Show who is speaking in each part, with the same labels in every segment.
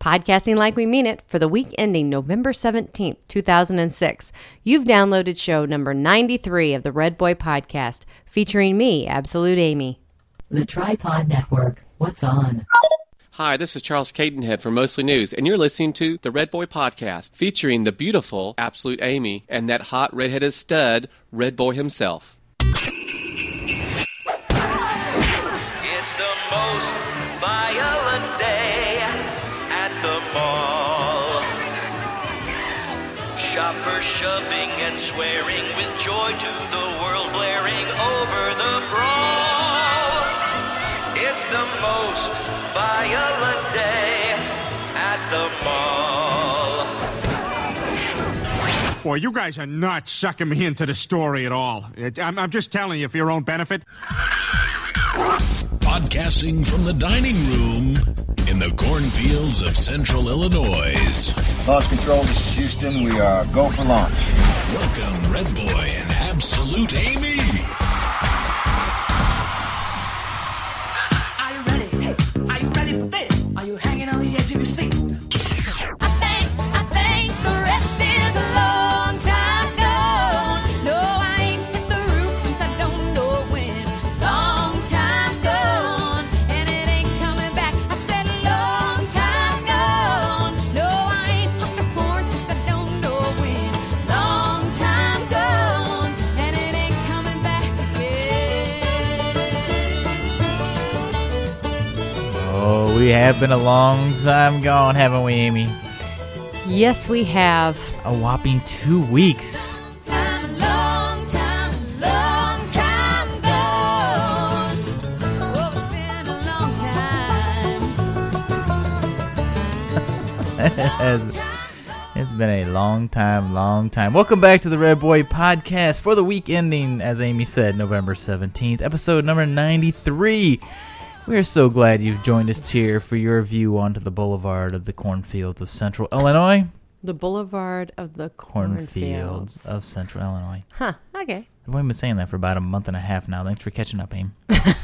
Speaker 1: Podcasting Like We Mean It for the week ending November 17th, 2006. You've downloaded show number 93 of the Red Boy Podcast, featuring me, Absolute Amy.
Speaker 2: The Tripod Network. What's on?
Speaker 3: Hi, this is Charles Cadenhead from Mostly News, and you're listening to the Red Boy Podcast, featuring the beautiful Absolute Amy and that hot redheaded stud, Red Boy himself.
Speaker 4: It's the most violent day at the mall. Shoppers shoving and swearing with joy to the world blaring over the brawl. It's the most violent day at the mall.
Speaker 5: Boy, you guys are not sucking me into the story at all. It- I'm, I'm just telling you for your own benefit.
Speaker 6: Podcasting from the dining room in the cornfields of central Illinois.
Speaker 7: Launch control, this is Houston. We are go for launch.
Speaker 6: Welcome, Red Boy and Absolute Amy.
Speaker 8: Are you ready? Hey, are you ready for this? Are you hanging on the edge of your seat?
Speaker 9: I think, I think the rest is a long time gone. No, I ain't hit the roof since I don't know when. Long time gone, and it ain't coming back. I said long time gone. No, I ain't hooked a porn since I don't know when. Long time gone, and it ain't coming back again.
Speaker 10: Oh, we have been a long time gone, haven't we, Amy?
Speaker 1: Yes, we have.
Speaker 10: A whopping two weeks.
Speaker 9: Time, long time, long time gone. Oh, it's been a long time.
Speaker 10: It's- it's been a long time, long time. Welcome back to the Red Boy Podcast for the week ending, as Amy said, November 17th, episode number 93. We are so glad you've joined us here for your view onto the boulevard of the cornfields of central Illinois.
Speaker 1: The Boulevard of the Cornfields.
Speaker 10: Cornfields of central Illinois.
Speaker 1: huh, okay.
Speaker 10: I've only been saying that for about a month and a half now. Thanks for catching up, Amy.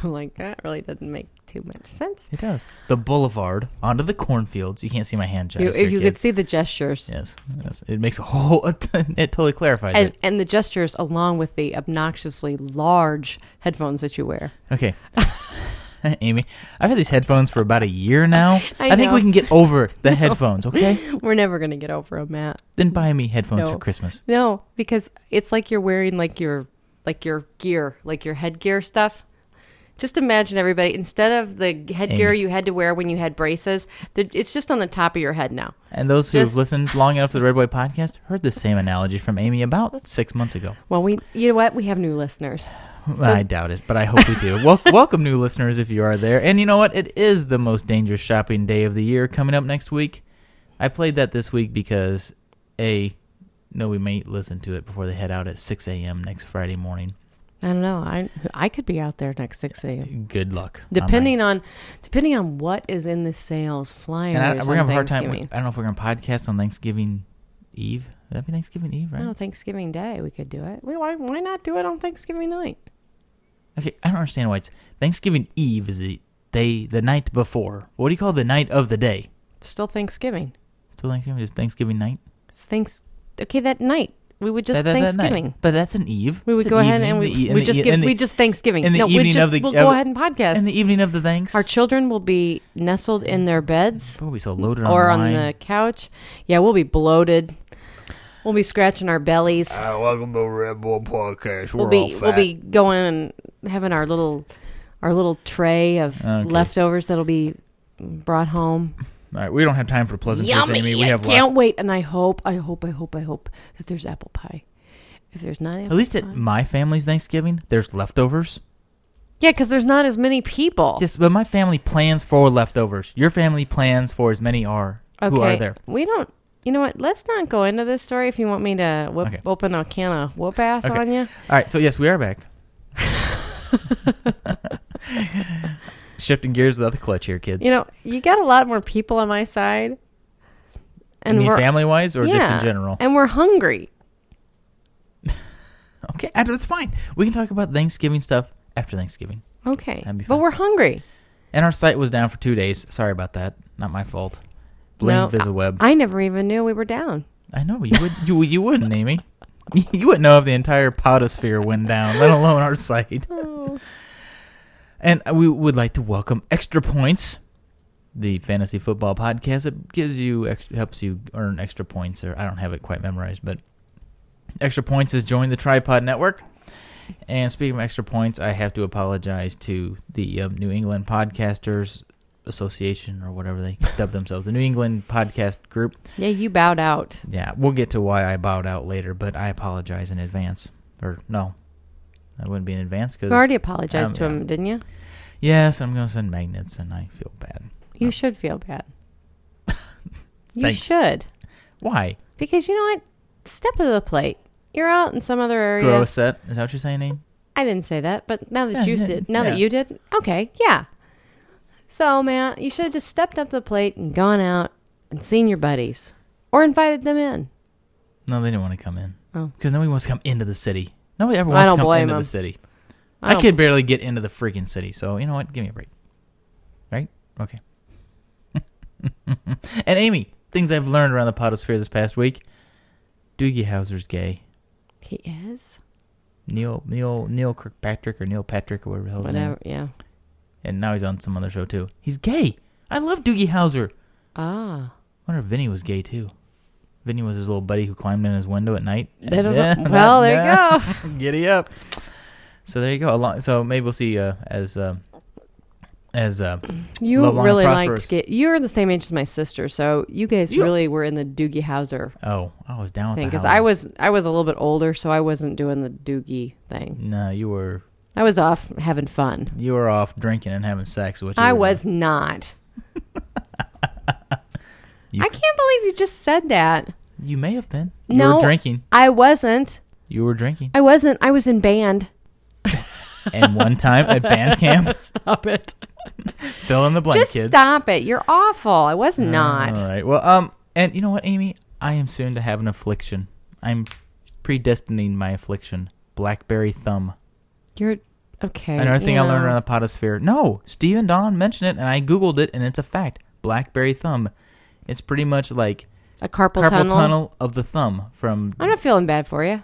Speaker 1: I'm like, that really doesn't make too much sense.
Speaker 10: It does. The boulevard onto the cornfields. You can't see my hand
Speaker 1: You,
Speaker 10: gestures.
Speaker 1: if
Speaker 10: here,
Speaker 1: you could
Speaker 10: kids.
Speaker 1: see the gestures.
Speaker 10: Yes, yes. It makes a whole. It totally clarifies
Speaker 1: And,
Speaker 10: it.
Speaker 1: and the gestures, along with the obnoxiously large headphones that you wear.
Speaker 10: Okay. Amy, I've had these headphones for about a year now.
Speaker 1: I
Speaker 10: think
Speaker 1: know.
Speaker 10: we can get over the headphones, okay?
Speaker 1: We're never going to get over them, Matt.
Speaker 10: Then buy me headphones
Speaker 1: No.
Speaker 10: for Christmas.
Speaker 1: No, because it's like you're wearing like your like your gear, like your headgear stuff. Just imagine everybody instead of the headgear
Speaker 10: Amy.
Speaker 1: you had to wear when you had braces, the- it's just on the top of your head now.
Speaker 10: And those who have
Speaker 1: Just-
Speaker 10: listened long enough to the Red Boy podcast heard the same analogy from Amy about six months ago.
Speaker 1: Well, we you know what? We have new listeners.
Speaker 10: I doubt it, but I hope we do. Wel- welcome, new listeners, if you are there. And you know what? It is the most dangerous shopping day of the year coming up next week. I played that this week because a no, we may listen to it before they head out at 6 a.m. next Friday morning.
Speaker 1: I don't know. I I could be out there next 6 a.m.
Speaker 10: Good luck.
Speaker 1: Depending on depending on what is in the sales flyers.
Speaker 10: and I,
Speaker 1: on
Speaker 10: we're gonna have a hard time.
Speaker 1: Thanksgiving.
Speaker 10: I don't know if we're gonna podcast on Thanksgiving Eve. Would that be Thanksgiving Eve, right?
Speaker 1: No, Oh, Thanksgiving Day we could do it. We, why why not do it on Thanksgiving night?
Speaker 10: Okay, I don't understand why it's Thanksgiving Eve is the day, the night before. What do you call the night of the day?
Speaker 1: It's still Thanksgiving.
Speaker 10: Still Thanksgiving? Just Thanksgiving night.
Speaker 1: It's thanks. Okay, that night we would just
Speaker 10: That- that- that night.
Speaker 1: Thanksgiving.
Speaker 10: But that's an eve.
Speaker 1: We would
Speaker 10: It's an
Speaker 1: go ahead and
Speaker 10: evening,
Speaker 1: we,
Speaker 10: the e- in
Speaker 1: we
Speaker 10: the
Speaker 1: just
Speaker 10: e-
Speaker 1: give
Speaker 10: in the-
Speaker 1: we just Thanksgiving.
Speaker 10: in the
Speaker 1: no, we
Speaker 10: evening
Speaker 1: just
Speaker 10: of the-
Speaker 1: we'll
Speaker 10: of-
Speaker 1: go ahead and podcast.
Speaker 10: In the evening of the thanks.
Speaker 1: Our children will be nestled in their beds
Speaker 10: Oh, we so loaded on
Speaker 1: or on
Speaker 10: wine.
Speaker 1: the couch. Yeah, we'll be bloated. We'll be scratching our bellies.
Speaker 7: Ah, welcome to Red Bull Podcast.
Speaker 1: we'll be we'll be going and having our little our little tray of
Speaker 10: Okay.
Speaker 1: leftovers that'll be brought home.
Speaker 10: All right, we don't have time for pleasantries, Amy. We
Speaker 1: I
Speaker 10: have
Speaker 1: can't
Speaker 10: lots.
Speaker 1: wait, and I hope, I hope, I hope, I hope that there's apple pie. If there's not, apple
Speaker 10: At least at
Speaker 1: pie.
Speaker 10: my family's Thanksgiving, there's leftovers.
Speaker 1: yeah, because there's not as many people.
Speaker 10: Yes, but my family plans for leftovers. Your family plans for as many are who are there.
Speaker 1: We don't. You know what? Let's not go into this story if you want me to whip,
Speaker 10: Okay.
Speaker 1: open a can of whoop ass
Speaker 10: Okay.
Speaker 1: on you.
Speaker 10: All right, so yes, we are back. Shifting gears without the clutch here, kids.
Speaker 1: You know, you got a lot more people on my side. And
Speaker 10: you mean
Speaker 1: we're-
Speaker 10: family wise or just in
Speaker 1: yeah,
Speaker 10: general?
Speaker 1: And we're hungry.
Speaker 10: okay, I- that's fine. We can talk about Thanksgiving stuff after Thanksgiving.
Speaker 1: Okay.
Speaker 10: That'd be
Speaker 1: But
Speaker 10: fun.
Speaker 1: we're hungry.
Speaker 10: And our site was down for two days. Sorry about that. Not my fault. Blame
Speaker 1: I-
Speaker 10: VisiWeb. I,
Speaker 1: I never even knew we were down.
Speaker 10: know you would. You you wouldn't, Amy. You wouldn't know if the entire potosphere went down, let alone our site. And we would like to welcome Extra Points, the fantasy football podcast that gives you ex- helps you earn extra points. Or I don't have it quite memorized, but Extra Points has joined the Tripod Network. And speaking of extra points, I have to apologize to the um, New England Podcasters Association or whatever they dub themselves, the New England Podcast Group.
Speaker 1: Yeah, you bowed out.
Speaker 10: Yeah, we'll get to why I bowed out later, but I apologize in advance. Or no, that wouldn't be in advance because
Speaker 1: You already apologized
Speaker 10: um,
Speaker 1: to him, didn't you?
Speaker 10: Yes, I'm gonna send magnets, and I feel bad.
Speaker 1: You should feel bad. you
Speaker 10: Thanks.
Speaker 1: should.
Speaker 10: Why?
Speaker 1: Because you know what? Step to the plate. You're out in some other area.
Speaker 10: Grow a set? Is that what you're saying, Name?
Speaker 1: I didn't say that, but now that
Speaker 10: Yeah,
Speaker 1: you
Speaker 10: yeah,
Speaker 1: said, now
Speaker 10: yeah.
Speaker 1: that you did, okay, yeah. So, man, you should have just stepped up the plate and gone out and seen your buddies or invited them in.
Speaker 10: No, they didn't want to come in.
Speaker 1: Oh.
Speaker 10: because nobody wants to come into the city. Nobody ever
Speaker 1: I
Speaker 10: wants to
Speaker 1: don't
Speaker 10: come
Speaker 1: blame
Speaker 10: into
Speaker 1: them.
Speaker 10: the city.
Speaker 1: I
Speaker 10: I,
Speaker 1: don't-
Speaker 10: could barely get into the freaking city, so you know what? Give me a break. Right? Okay. and Amy, things I've learned around the potosphere this past week: Doogie Howser's gay.
Speaker 1: He is
Speaker 10: Neil Neil Neil Kirkpatrick or Neil Patrick or whatever the hell his name
Speaker 1: whatever, yeah.
Speaker 10: and now he's on some other show too. He's gay. I love Doogie Howser.
Speaker 1: Ah,
Speaker 10: I wonder if Vinny was gay too. Vinny was his little buddy who climbed in his window at night.
Speaker 1: They don't know- well, there you
Speaker 10: you go. Giddy up. So there you go. Along- So maybe we'll see uh, as uh, as uh,
Speaker 1: you
Speaker 10: Love Long and
Speaker 1: really
Speaker 10: Prosperous.
Speaker 1: liked get. You're the same age as my sister, so you guys
Speaker 10: You-
Speaker 1: really were in the Doogie Howser
Speaker 10: oh I was down with
Speaker 1: thing
Speaker 10: the
Speaker 1: because
Speaker 10: Howler.
Speaker 1: I was I was a little bit older, so I wasn't doing the Doogie thing.
Speaker 10: no you were
Speaker 1: I was off having fun.
Speaker 10: you were off drinking and having sex which
Speaker 1: I was not.
Speaker 10: You
Speaker 1: I can't believe you just said that.
Speaker 10: you may have been you
Speaker 1: no,
Speaker 10: were drinking
Speaker 1: I wasn't.
Speaker 10: you were drinking
Speaker 1: I wasn't. I was in band.
Speaker 10: and one time at band camp
Speaker 1: Stop it.
Speaker 10: fill in the blank
Speaker 1: Just
Speaker 10: kids. Ah.
Speaker 1: stop it. You're awful. I was not.
Speaker 10: All right. Well, um, and you know what, Amy? I am soon to have an affliction. I'm predestining my affliction. Blackberry thumb.
Speaker 1: You're okay.
Speaker 10: Another thing I learned
Speaker 1: yeah.
Speaker 10: around the potosphere. No, Steve and Don mentioned it, and I googled it, and it's a fact. Blackberry thumb. It's pretty much like
Speaker 1: a carpal,
Speaker 10: carpal
Speaker 1: tunnel.
Speaker 10: tunnel. of the thumb from.
Speaker 1: I'm not feeling bad for you.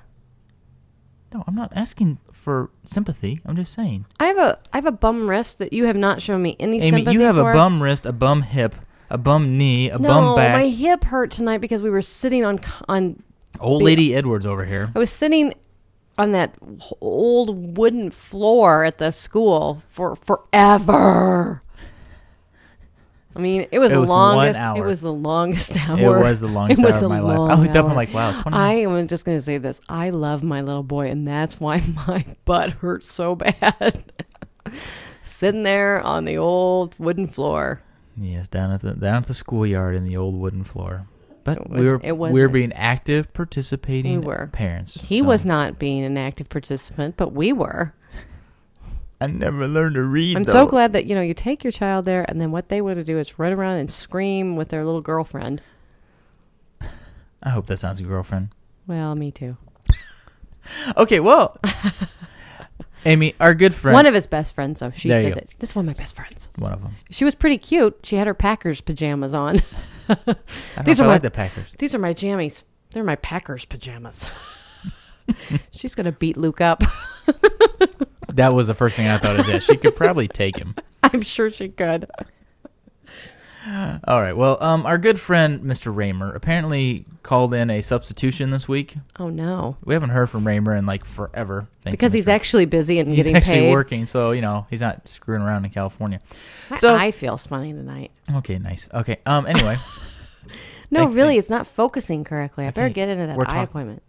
Speaker 10: no, I'm not asking for sympathy. I'm just saying,
Speaker 1: I have a I have a bum wrist that you have not shown me any
Speaker 10: Amy,
Speaker 1: sympathy
Speaker 10: you have
Speaker 1: for.
Speaker 10: a bum wrist, a bum hip, a bum knee, a
Speaker 1: No,
Speaker 10: bum back.
Speaker 1: my hip hurt tonight because we were sitting on c- on
Speaker 10: Old lady Edwards over here.
Speaker 1: I was sitting on that old wooden floor at the school for forever. I mean, it was,
Speaker 10: It
Speaker 1: the
Speaker 10: was one
Speaker 1: longest. It
Speaker 10: hour.
Speaker 1: was the longest hour.
Speaker 10: It was the longest
Speaker 1: It was
Speaker 10: hour of
Speaker 1: a
Speaker 10: my life. I
Speaker 1: long
Speaker 10: looked up, I'm
Speaker 1: hour.
Speaker 10: like, wow, 20
Speaker 1: I am just going to say this. I love my little boy, and that's why my butt hurts so bad. Sitting there on the old wooden floor.
Speaker 10: Yes, down at the down at the schoolyard in the old wooden floor. But
Speaker 1: It was-
Speaker 10: we were
Speaker 1: it was
Speaker 10: we were
Speaker 1: nice.
Speaker 10: being active, participating
Speaker 1: We were.
Speaker 10: parents.
Speaker 1: He
Speaker 10: so-
Speaker 1: was not being an active participant, but we were.
Speaker 10: I never learned to read.
Speaker 1: I'm
Speaker 10: though.
Speaker 1: so glad that you know you take your child there, and then what they want to do is run around and scream with their little girlfriend.
Speaker 10: I hope that sounds like a girlfriend.
Speaker 1: Well, me too.
Speaker 10: Okay, well, Amy, our good friend,
Speaker 1: One of his best friends, though. She
Speaker 10: There you
Speaker 1: said
Speaker 10: go.
Speaker 1: that this is one of my best friends.
Speaker 10: one of them.
Speaker 1: She was pretty cute. She had her Packers pajamas on.
Speaker 10: I don't
Speaker 1: These are
Speaker 10: know if I
Speaker 1: my-
Speaker 10: like the Packers.
Speaker 1: These are my jammies. They're my Packers pajamas. She's gonna beat Luke up.
Speaker 10: That was the first thing I thought is yeah, she could probably take him.
Speaker 1: I'm sure she could.
Speaker 10: All right, well, um, our good friend Mr. Raymer apparently called in a substitution this week.
Speaker 1: Oh no,
Speaker 10: We haven't heard from Raymer in like forever. Thank you,
Speaker 1: because he's
Speaker 10: Mr.
Speaker 1: actually busy and
Speaker 10: he's
Speaker 1: getting
Speaker 10: actually
Speaker 1: paid.
Speaker 10: working, so you know he's not screwing around in California.
Speaker 1: My
Speaker 10: So
Speaker 1: eye feels funny tonight.
Speaker 10: Okay, nice. Okay. Um. Anyway,
Speaker 1: No,
Speaker 10: Next
Speaker 1: really,
Speaker 10: thing.
Speaker 1: it's not focusing correctly. I better
Speaker 10: Okay,
Speaker 1: get into that
Speaker 10: we're
Speaker 1: eye
Speaker 10: talk-
Speaker 1: appointment.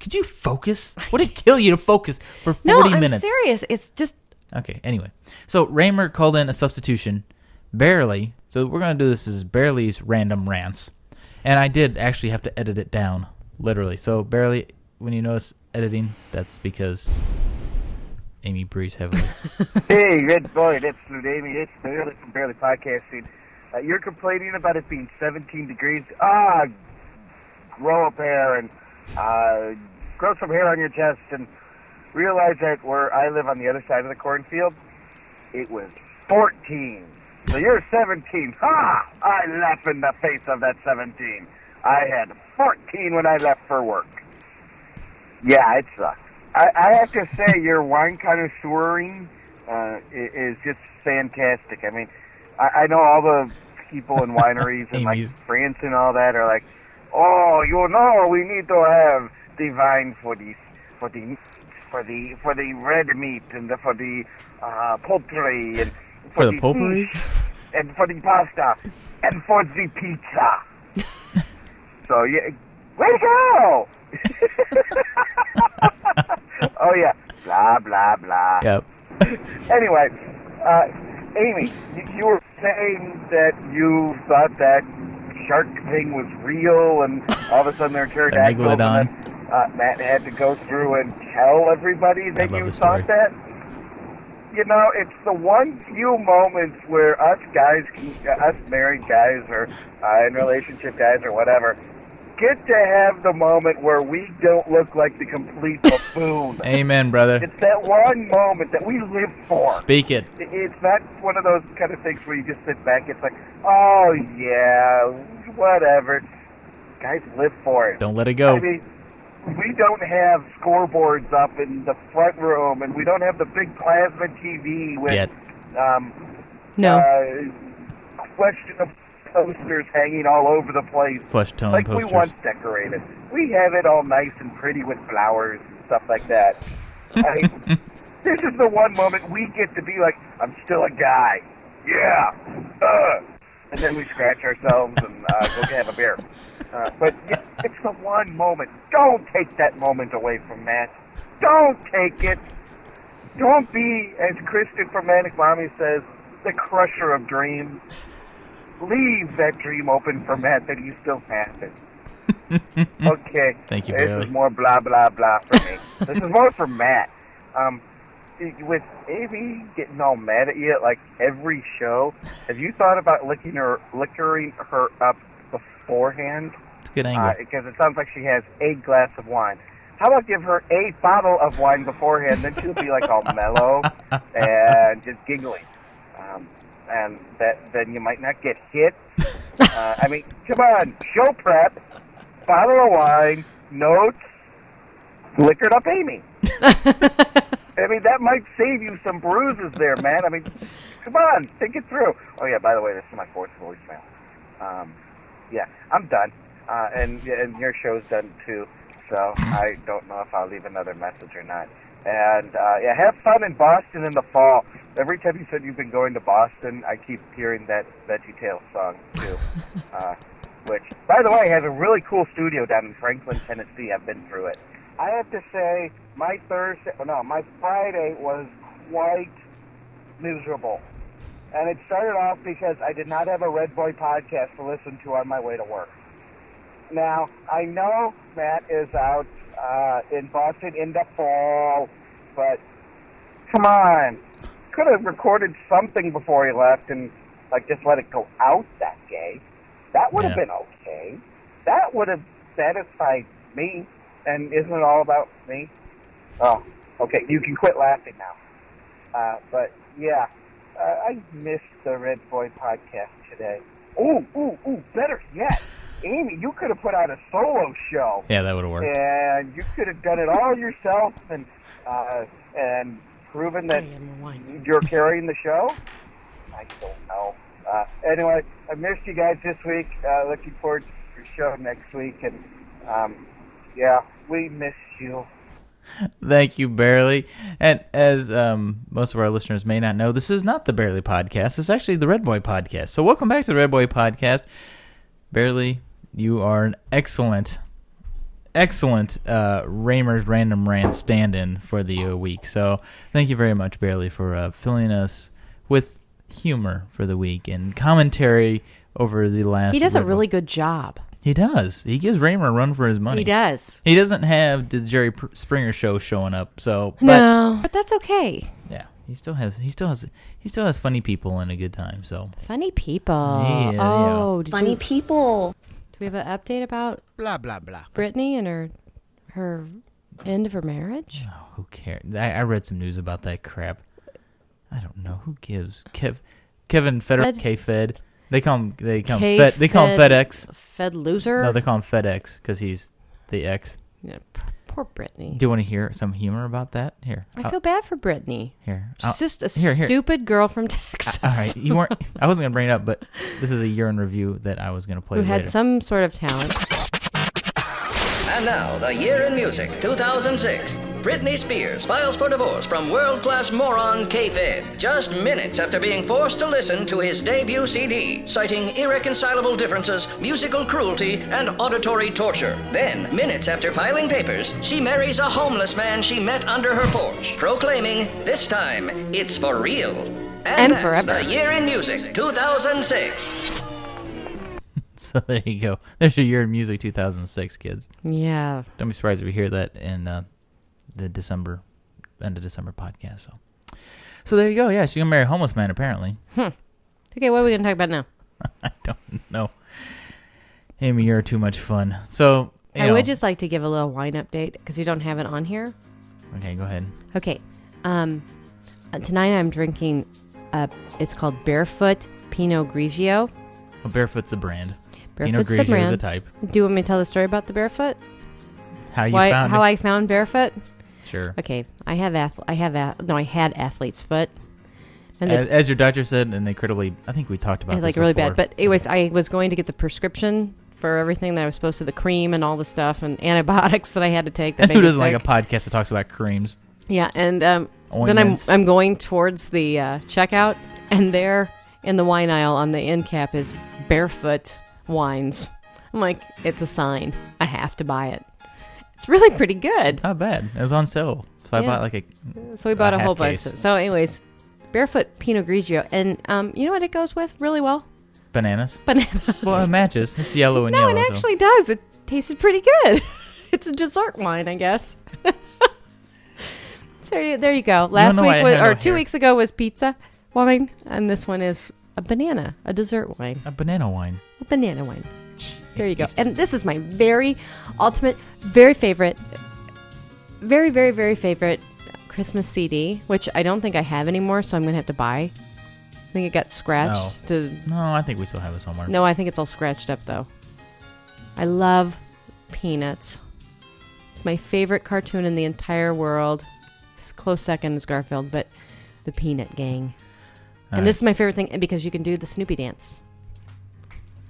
Speaker 10: could you focus? Would it kill you to focus for
Speaker 1: No,
Speaker 10: forty
Speaker 1: I'm
Speaker 10: minutes?
Speaker 1: serious. It's just
Speaker 10: Okay. Anyway, so Raymer called in a substitution, barely. So we're gonna do this as barely's random rants, and I did actually have to edit it down, literally. So barely, when you notice editing, that's because Amy breathes heavily.
Speaker 11: Hey, Red Boy, that's Ludami. It's Barely from Barely Podcasting. Uh, you're complaining about it being 17 degrees. Ah, grow a pair and uh, grow some hair on your chest and realize that where I live on the other side of the cornfield, it was 14. So you're 17. Ha! I laugh in the face of that 17. I had 14 when I left for work. Yeah, it sucks. I, I have to say, your wine connoisseuring uh, i- is just fantastic. I mean, I, I know all the people in wineries and like
Speaker 10: Amy's-
Speaker 11: France and all that are like, oh, you know, we need to have the wine for the for the for the for the red meat and the, for the uh, poultry and
Speaker 10: For the potpourri?
Speaker 11: fish and for the pasta and for the pizza. so yeah, way to go! oh yeah, blah blah blah.
Speaker 10: Yep.
Speaker 11: Anyway, uh, Amy, y- you were saying that you thought that shark thing was real, and all of a sudden they're pterodactyls. and
Speaker 10: megalodon.
Speaker 11: then, Uh, Matt had to go through and tell everybody that
Speaker 10: love
Speaker 11: you
Speaker 10: this
Speaker 11: thought
Speaker 10: story.
Speaker 11: that. You know, it's the one few moments where us guys, can, uh, us married guys, or uh, in relationship guys, or whatever, get to have the moment where we don't look like the complete buffoon.
Speaker 10: Amen, brother.
Speaker 11: It's that one moment that we live for.
Speaker 10: Speak it.
Speaker 11: It- It's not one of those kind of things where you just sit back. It's like, oh yeah, whatever. Guys, live for it.
Speaker 10: Don't let it go.
Speaker 11: I mean, we don't have scoreboards up in the front room, and we don't have the big plasma TV with
Speaker 10: Yet.
Speaker 11: um,
Speaker 1: No.
Speaker 11: uh, questionable posters hanging all over the place.
Speaker 10: Flush tone
Speaker 11: like
Speaker 10: posters.
Speaker 11: we once decorated. We have it all nice and pretty with flowers and stuff like that. I mean, this is the one moment we get to be like, I'm still a guy. Yeah. Uh. And then we scratch ourselves and uh, go have a beer. Uh, but yeah, it's the one moment. Don't take that moment away from Matt. Don't take it. Don't be, as Kristen from Manic Mommy says, the crusher of dreams. Leave that dream open for Matt that he still has it. okay.
Speaker 10: Thank you,
Speaker 11: This
Speaker 10: Bailey.
Speaker 11: is more blah blah blah for me. this is more for Matt. Um, with Amy getting all mad at you at like every show, have you thought about licking her, liquoring her up beforehand?
Speaker 10: It's a good
Speaker 11: Uh,
Speaker 10: angle.
Speaker 11: because it sounds like she has a glass of wine. How about give her a bottle of wine beforehand? Then she'll be like all mellow and just giggling. Um, and that then you might not get hit. Uh, I mean, come on, show prep, bottle of wine, notes, liquored up Amy. I mean, that might save you some bruises there, man. I mean, come on, think it through. Oh yeah, by the way, this is my fourth voicemail. Um, yeah, I'm done, uh, and and your show's done too. So I don't know if I'll leave another message or not. And uh, yeah, have fun in Boston in the fall. Every time you said you've been going to Boston, I keep hearing that Veggie Tales song too. Uh, which, by the way, has a really cool studio down in Franklin, Tennessee. I've been through it. I have to say, my Thursday, no, my Friday was quite miserable. And it started off because I did not have a Red Boy podcast to listen to on my way to work. Now, I know Matt is out uh, in Boston in the fall, but come on. Could have recorded something before he left and, like, just let it go out that day. That would have
Speaker 10: Yeah.
Speaker 11: been okay. That would have satisfied me. And isn't it all about me? Oh, okay. You can quit laughing now. Uh, but yeah, uh, I missed the Red Boy podcast today. Ooh, ooh, ooh! Better yet, Amy, you could have put out a solo show,
Speaker 10: Yeah, that would have worked.
Speaker 11: and you could have done it all yourself, and uh, and proven that you're carrying the show. I don't know. Uh, anyway, I missed you guys this week. Uh, looking forward to your show next week, and um, yeah, we miss you.
Speaker 10: Thank you, Barely. And as um, most of our listeners may not know, this is not the Barely podcast. It's actually the Red Boy podcast. So welcome back to the Red Boy podcast. Barely, you are an excellent, excellent uh, Raymer's Random Rant stand-in for the uh, week. So thank you very much, Barely, for uh, filling us with humor for the week and commentary over the last.
Speaker 1: He does a
Speaker 10: Red Bull-
Speaker 1: really good job.
Speaker 10: He does. He gives Raymer a run for his money.
Speaker 1: He does.
Speaker 10: He doesn't have the Jerry Pr- Springer show showing up, so but
Speaker 1: no, but that's okay.
Speaker 10: yeah, he still has he still has he still has funny people and a good time. So
Speaker 1: Funny people.
Speaker 10: Yeah, yeah.
Speaker 1: oh, did
Speaker 12: Funny
Speaker 1: you-
Speaker 12: people.
Speaker 1: Do we have an update about
Speaker 10: blah blah blah?
Speaker 1: Brittany and her her end of her marriage?
Speaker 10: Oh, Who cares? I, I read some news about that crap. I don't know who gives Kev. Kevin Federer,
Speaker 1: Fed-
Speaker 10: K Fed. They call him. They call
Speaker 1: K
Speaker 10: him. Fed, they call him
Speaker 1: Fed-
Speaker 10: FedEx.
Speaker 1: Fed loser?
Speaker 10: No, they call him FedEx because he's the X.
Speaker 1: Yeah, p- poor Brittany.
Speaker 10: Do you want to hear some humor about that? Here,
Speaker 1: I
Speaker 10: I'll-
Speaker 1: feel bad for Brittany.
Speaker 10: Here, I'll-
Speaker 1: she's just a
Speaker 10: here, here.
Speaker 1: stupid girl from Texas.
Speaker 10: All right, you weren't. I wasn't gonna bring it up, but this is a year in review that I was gonna play.
Speaker 1: who had
Speaker 10: later.
Speaker 1: some sort of talent.
Speaker 12: And now, the year in music, 2006. Britney Spears files for divorce from world class moron K Fed just minutes after being forced to listen to his debut CD, citing irreconcilable differences, musical cruelty, and auditory torture. Then, minutes after filing papers, she marries a homeless man she met under her porch, proclaiming, This time, it's for real.
Speaker 1: And
Speaker 12: that's
Speaker 1: forever.
Speaker 12: the year in music, 2006.
Speaker 10: So there you go. There's your year in music, 2006, kids.
Speaker 1: Yeah.
Speaker 10: Don't be surprised if we hear that in uh, the December end of December podcast. So, so there you go. Yeah, she's gonna marry a homeless man apparently.
Speaker 1: Hmm. Okay, what are we going to talk about now?
Speaker 10: No, Amy, you're too much fun. So you
Speaker 1: I
Speaker 10: know-
Speaker 1: would just like to give a little wine update because you don't have it on here.
Speaker 10: okay, go ahead.
Speaker 1: Okay. Um, uh, tonight I'm drinking. Uh, it's called Barefoot Pinot Grigio.
Speaker 10: Well, Barefoot's a brand.
Speaker 1: Barefoot's
Speaker 10: Pinot Grigio
Speaker 1: the brand.
Speaker 10: is a type.
Speaker 1: Do you want me to tell the story about the Barefoot?
Speaker 10: How you
Speaker 1: Why-
Speaker 10: found
Speaker 1: how
Speaker 10: it?
Speaker 1: I found Barefoot?
Speaker 10: Sure.
Speaker 1: Okay. I have ath- I have ath- no. I had athlete's foot. it-
Speaker 10: as, as your doctor said, and they critically, I think we talked about
Speaker 1: I had,
Speaker 10: this
Speaker 1: like really
Speaker 10: before.
Speaker 1: bad. But anyways, I was going to get the prescription for everything that I was supposed to, the cream and all the stuff and antibiotics that I had to take. That made
Speaker 10: who
Speaker 1: me
Speaker 10: doesn't like
Speaker 1: sick.
Speaker 10: a podcast that talks about creams?
Speaker 1: Yeah, and um, then I'm
Speaker 10: Ointments.
Speaker 1: I'm going towards the uh, checkout, and there in the wine aisle on the end cap is Barefoot Wines. I'm like, it's a sign. I have to buy it. It's really pretty good.
Speaker 10: Not bad. It was on sale, so I
Speaker 1: Yeah.
Speaker 10: bought like a.
Speaker 1: So we bought a,
Speaker 10: half
Speaker 1: whole bunch.
Speaker 10: case.
Speaker 1: So, anyways, Barefoot Pinot Grigio, and um, you know what it goes with really well?
Speaker 10: Bananas.
Speaker 1: Bananas.
Speaker 10: Well, it matches. It's yellow and
Speaker 1: no,
Speaker 10: yellow.
Speaker 1: it
Speaker 10: so-
Speaker 1: actually does. It tasted pretty good. it's a dessert wine, I guess. so you- there you go. Last
Speaker 10: know why
Speaker 1: week
Speaker 10: I
Speaker 1: was,
Speaker 10: had no
Speaker 1: or two
Speaker 10: hair.
Speaker 1: weeks ago was pizza wine, and this one is a banana, a dessert wine,
Speaker 10: a banana wine,
Speaker 1: a banana wine. There you go. And this is my very ultimate, very favorite, very very very favorite Christmas CD, which I don't think I have anymore, so I'm gonna have to buy. I think it got scratched to
Speaker 10: No, I think we still have it somewhere.
Speaker 1: no, I think it's all scratched up though. I love Peanuts. It's my favorite cartoon in the entire world. It's close second is Garfield, but the Peanut Gang.
Speaker 10: All
Speaker 1: and
Speaker 10: right.
Speaker 1: this is my favorite thing uh, because you can do the Snoopy dance.